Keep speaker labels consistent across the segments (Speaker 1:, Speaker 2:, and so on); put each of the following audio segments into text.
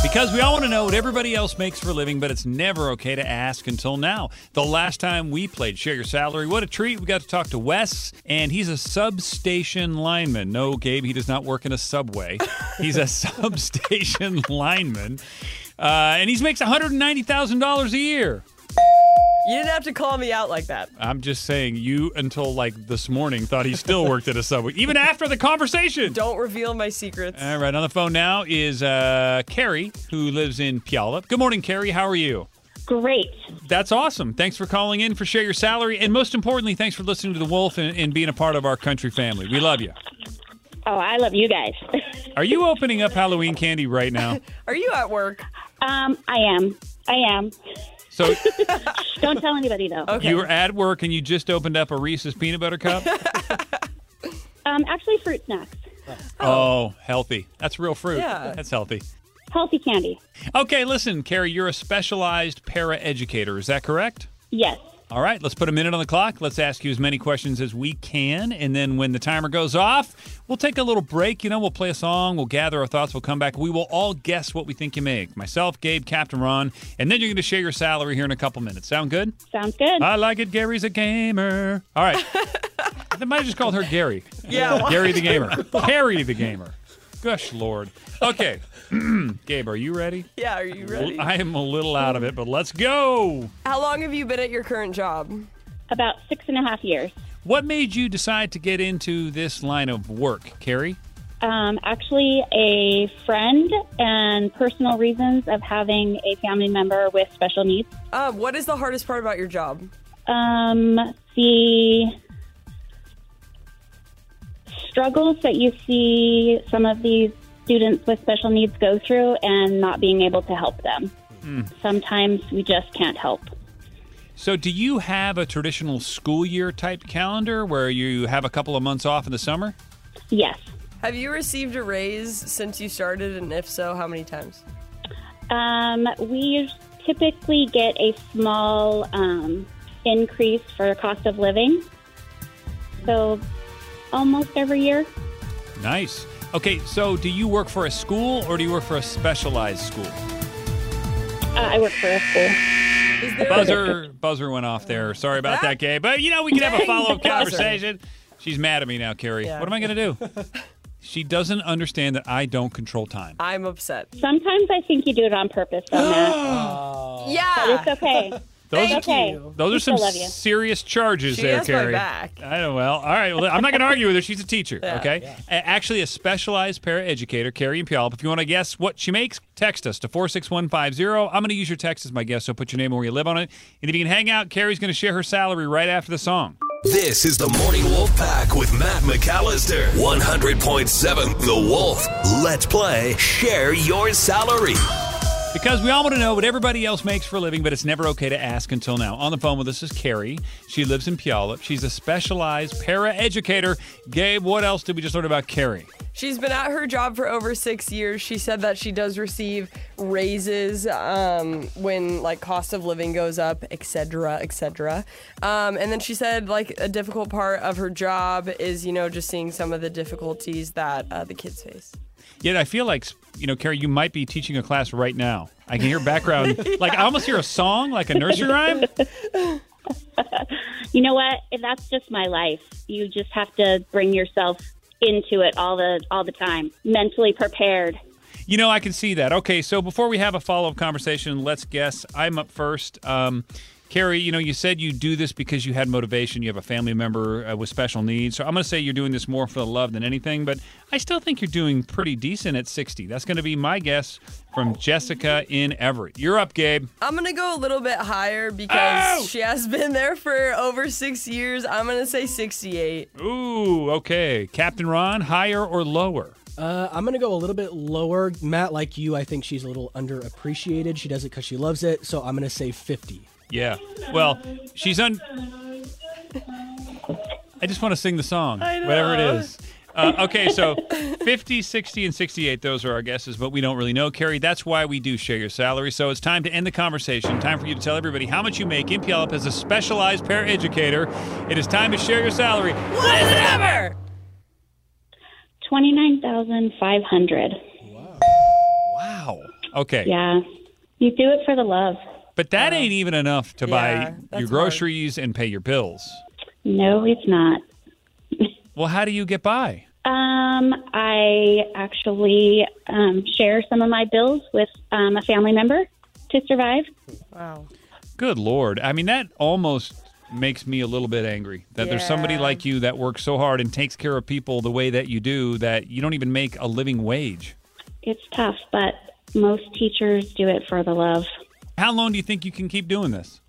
Speaker 1: Because we all want to know what everybody else makes for a living, but it's never okay to ask until now. The last time we played Share Your Salary, what a treat. We got to talk to Wes, and he's a substation lineman. No, Gabe, he does not work in a subway. He's a substation lineman, uh, and he makes $190,000 a year.
Speaker 2: You didn't have to call me out like that.
Speaker 1: I'm just saying, you until like this morning thought he still worked at a subway, even after the conversation.
Speaker 2: Don't reveal my secrets.
Speaker 1: All right, on the phone now is uh, Carrie, who lives in Puyallup. Good morning, Carrie. How are you?
Speaker 3: Great.
Speaker 1: That's awesome. Thanks for calling in for Share Your Salary. And most importantly, thanks for listening to The Wolf and, and being a part of our country family. We love you.
Speaker 3: Oh, I love you guys.
Speaker 1: Are you opening up Halloween candy right now?
Speaker 2: Are you at work?
Speaker 3: um, I am. I am.
Speaker 1: So
Speaker 3: Don't tell anybody though.
Speaker 2: Okay.
Speaker 1: you were at work and you just opened up a Reese's peanut butter cup?
Speaker 3: Um, actually, fruit snacks,
Speaker 1: Oh, healthy. That's real fruit.
Speaker 2: Yeah.
Speaker 1: That's healthy.
Speaker 3: healthy candy.
Speaker 1: Okay, listen, Carrie, you're a specialized paraeducator. Is that correct?
Speaker 3: Yes.
Speaker 1: All right, let's put a minute on the clock. Let's ask you as many questions as we can. And then when the timer goes off, we'll take a little break. You know, we'll play a song, we'll gather our thoughts, we'll come back. We will all guess what we think you make. Myself, Gabe, Captain Ron. And then you're going to share your salary here in a couple minutes. Sound good?
Speaker 3: Sounds good.
Speaker 1: I like it. Gary's a gamer. All right. I might have just called her Gary.
Speaker 2: Yeah, why?
Speaker 1: Gary the gamer. Harry the gamer. Gosh, Lord. Okay. Gabe, are you ready?
Speaker 2: Yeah, are you ready?
Speaker 1: I am a little out of it, but let's go.
Speaker 2: How long have you been at your current job?
Speaker 3: About six and a half years.
Speaker 1: What made you decide to get into this line of work, Carrie?
Speaker 3: Um, actually, a friend and personal reasons of having a family member with special needs.
Speaker 2: Uh, what is the hardest part about your job?
Speaker 3: Um, the struggles that you see some of these students with special needs go through and not being able to help them. Sometimes we just can't help.
Speaker 1: So, do you have a traditional school year type calendar where you have a couple of months off in the summer?
Speaker 3: Yes.
Speaker 2: Have you received a raise since you started, and if so, how many times?
Speaker 3: Um, we typically get a small um, increase for cost of living. So almost every year.
Speaker 1: Nice. Okay, so do you work for a school or do you work for a specialized school?
Speaker 3: Uh, I work for a school.
Speaker 2: Is there
Speaker 1: Buzzer, buzzer went off there. Sorry about that, Gabe. But you know we can have a
Speaker 2: Dang,
Speaker 1: follow up
Speaker 2: buzzer.
Speaker 1: conversation. She's mad at me now, Carrie.
Speaker 2: Yeah.
Speaker 1: What am I going to do? She doesn't understand that I don't control time.
Speaker 2: I'm upset.
Speaker 3: Sometimes I think you do it on purpose, though, Matt.
Speaker 2: Yeah.
Speaker 3: It's okay.
Speaker 1: Those,
Speaker 2: Thank
Speaker 3: okay.
Speaker 2: you.
Speaker 1: Those are
Speaker 3: We
Speaker 1: some
Speaker 3: still love you.
Speaker 1: serious charges
Speaker 2: She
Speaker 1: there,
Speaker 2: has my
Speaker 1: Carrie.
Speaker 2: back.
Speaker 1: I know. Well, all right. Well, I'm not going to argue with her. She's a teacher.
Speaker 2: Yeah.
Speaker 1: Okay. A- Actually, a specialized paraeducator, Carrie and Puyallup. If you want to guess what she makes, text us to 46150. I'm going to use your text as my guess, so put your name and where you live on it. And if you can hang out, Carrie's going to share her salary right after the song.
Speaker 4: This is the Morning Wolf Pack with Matt McAllister. 100.7 The Wolf. Let's play Share Your Salary.
Speaker 1: Because we all want to know what everybody else makes for a living, but it's never okay to ask until now. On the phone with us is Carrie. She lives in Puyallup. She's a specialized paraeducator. Gabe, what else did we just learn about Carrie?
Speaker 2: She's been at her job for over six years. She said that she does receive raises um, when like cost of living goes up, et cetera, et cetera. Um, and then she said like a difficult part of her job is you know just seeing some of the difficulties that uh, the kids face.
Speaker 1: Yet I feel like you know, Carrie, you might be teaching a class right now. I can hear background, like I almost hear a song, like a nursery rhyme.
Speaker 3: You know what? If That's just my life. You just have to bring yourself into it all the all the time, mentally prepared.
Speaker 1: You know, I can see that. Okay, so before we have a follow-up conversation, let's guess. I'm up first. Um, Carrie, you know, you said you do this because you had motivation. You have a family member uh, with special needs. So I'm going to say you're doing this more for the love than anything, but I still think you're doing pretty decent at 60. That's going to be my guess from Jessica in Everett. You're up, Gabe.
Speaker 2: I'm gonna go a little bit higher because she has been there for over six years. I'm gonna say 68.
Speaker 1: Ooh, okay. Captain Ron, higher or lower?
Speaker 5: Uh, I'm gonna go a little bit lower. Matt, like you, I think she's a little underappreciated. She does it because she loves it. So I'm gonna say 50.
Speaker 1: Yeah. Well, she's on. I just want to sing the song,
Speaker 2: I know.
Speaker 1: whatever it is. Uh, okay, so 50, 60, and 68, those are our guesses, but we don't really know, Carrie. That's why we do share your salary. So it's time to end the conversation. Time for you to tell everybody how much you make. MPLUP is a specialized paraeducator. It is time to share your salary.
Speaker 2: What is it ever?
Speaker 3: 29500
Speaker 1: Wow. Okay.
Speaker 3: Yeah. You do it for the love.
Speaker 1: But that ain't even enough to
Speaker 2: Yeah,
Speaker 1: buy
Speaker 2: that's
Speaker 1: your
Speaker 2: hard.
Speaker 1: groceries and pay your bills.
Speaker 3: No, it's not.
Speaker 1: Well, how do you get by?
Speaker 3: Um, I actually um, share some of my bills with um, a family member to survive.
Speaker 2: Wow.
Speaker 1: Good lord. I mean that almost makes me a little bit angry that there's somebody
Speaker 2: Yeah.
Speaker 1: like you that works so hard and takes care of people the way that you do that you don't even make a living wage.
Speaker 3: It's tough, but most teachers do it for the love.
Speaker 1: How long do you think you can keep doing this?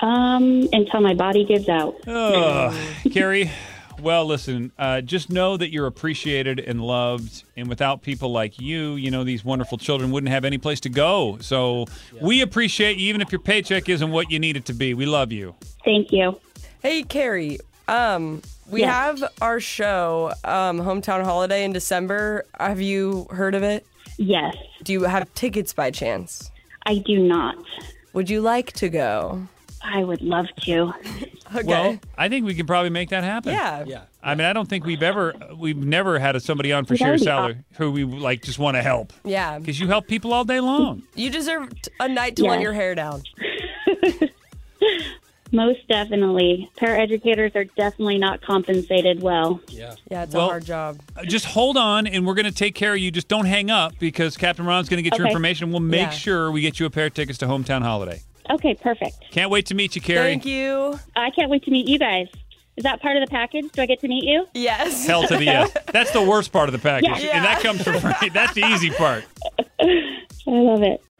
Speaker 3: Um, until my body gives out.
Speaker 1: Oh. Ugh, Carrie, well, listen, uh, just know that you're appreciated and loved. And without people like you, you know, these wonderful children wouldn't have any place to go. So we appreciate you, even if your paycheck isn't what you need it to be. We love you.
Speaker 3: Thank you.
Speaker 2: Hey, Carrie. Um, we
Speaker 3: Yeah.
Speaker 2: have our show, um, Hometown Holiday in December. Have you heard of it?
Speaker 3: Yes,
Speaker 2: Do you have tickets by chance?
Speaker 3: I do not.
Speaker 2: Would you like to go?
Speaker 3: I would love to.
Speaker 2: Okay.
Speaker 1: Well, I think we can probably make that happen.
Speaker 2: yeah.
Speaker 5: Yeah.
Speaker 1: I mean, I don't think we've ever we've never had a, somebody on for
Speaker 3: That
Speaker 1: share
Speaker 3: would be
Speaker 1: salary who we like just want to help
Speaker 2: Yeah.
Speaker 1: because you help people all day long.
Speaker 2: You deserve t- a night to let
Speaker 3: Yeah.
Speaker 2: your hair down.
Speaker 3: Most definitely. Paraeducators are definitely not compensated well.
Speaker 5: Yeah.
Speaker 2: Yeah, it's
Speaker 1: Well-
Speaker 2: a hard job.
Speaker 1: Uh, Just hold on, and we're going to take care of you. Just don't hang up because Captain Ron's going to get your
Speaker 3: Okay.
Speaker 1: information. We'll make
Speaker 2: Yeah.
Speaker 1: sure we get you a pair of tickets to hometown holiday.
Speaker 3: Okay, perfect.
Speaker 1: Can't wait to meet you, Carrie.
Speaker 2: Thank you.
Speaker 3: I can't wait to meet you guys. Is that part of the package? Do I get to meet you?
Speaker 2: Yes.
Speaker 1: Hell to the yes. That's the worst part of the package,
Speaker 2: Yeah.
Speaker 1: and that comes for free. That's the easy part.
Speaker 3: I love it.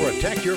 Speaker 6: Protect your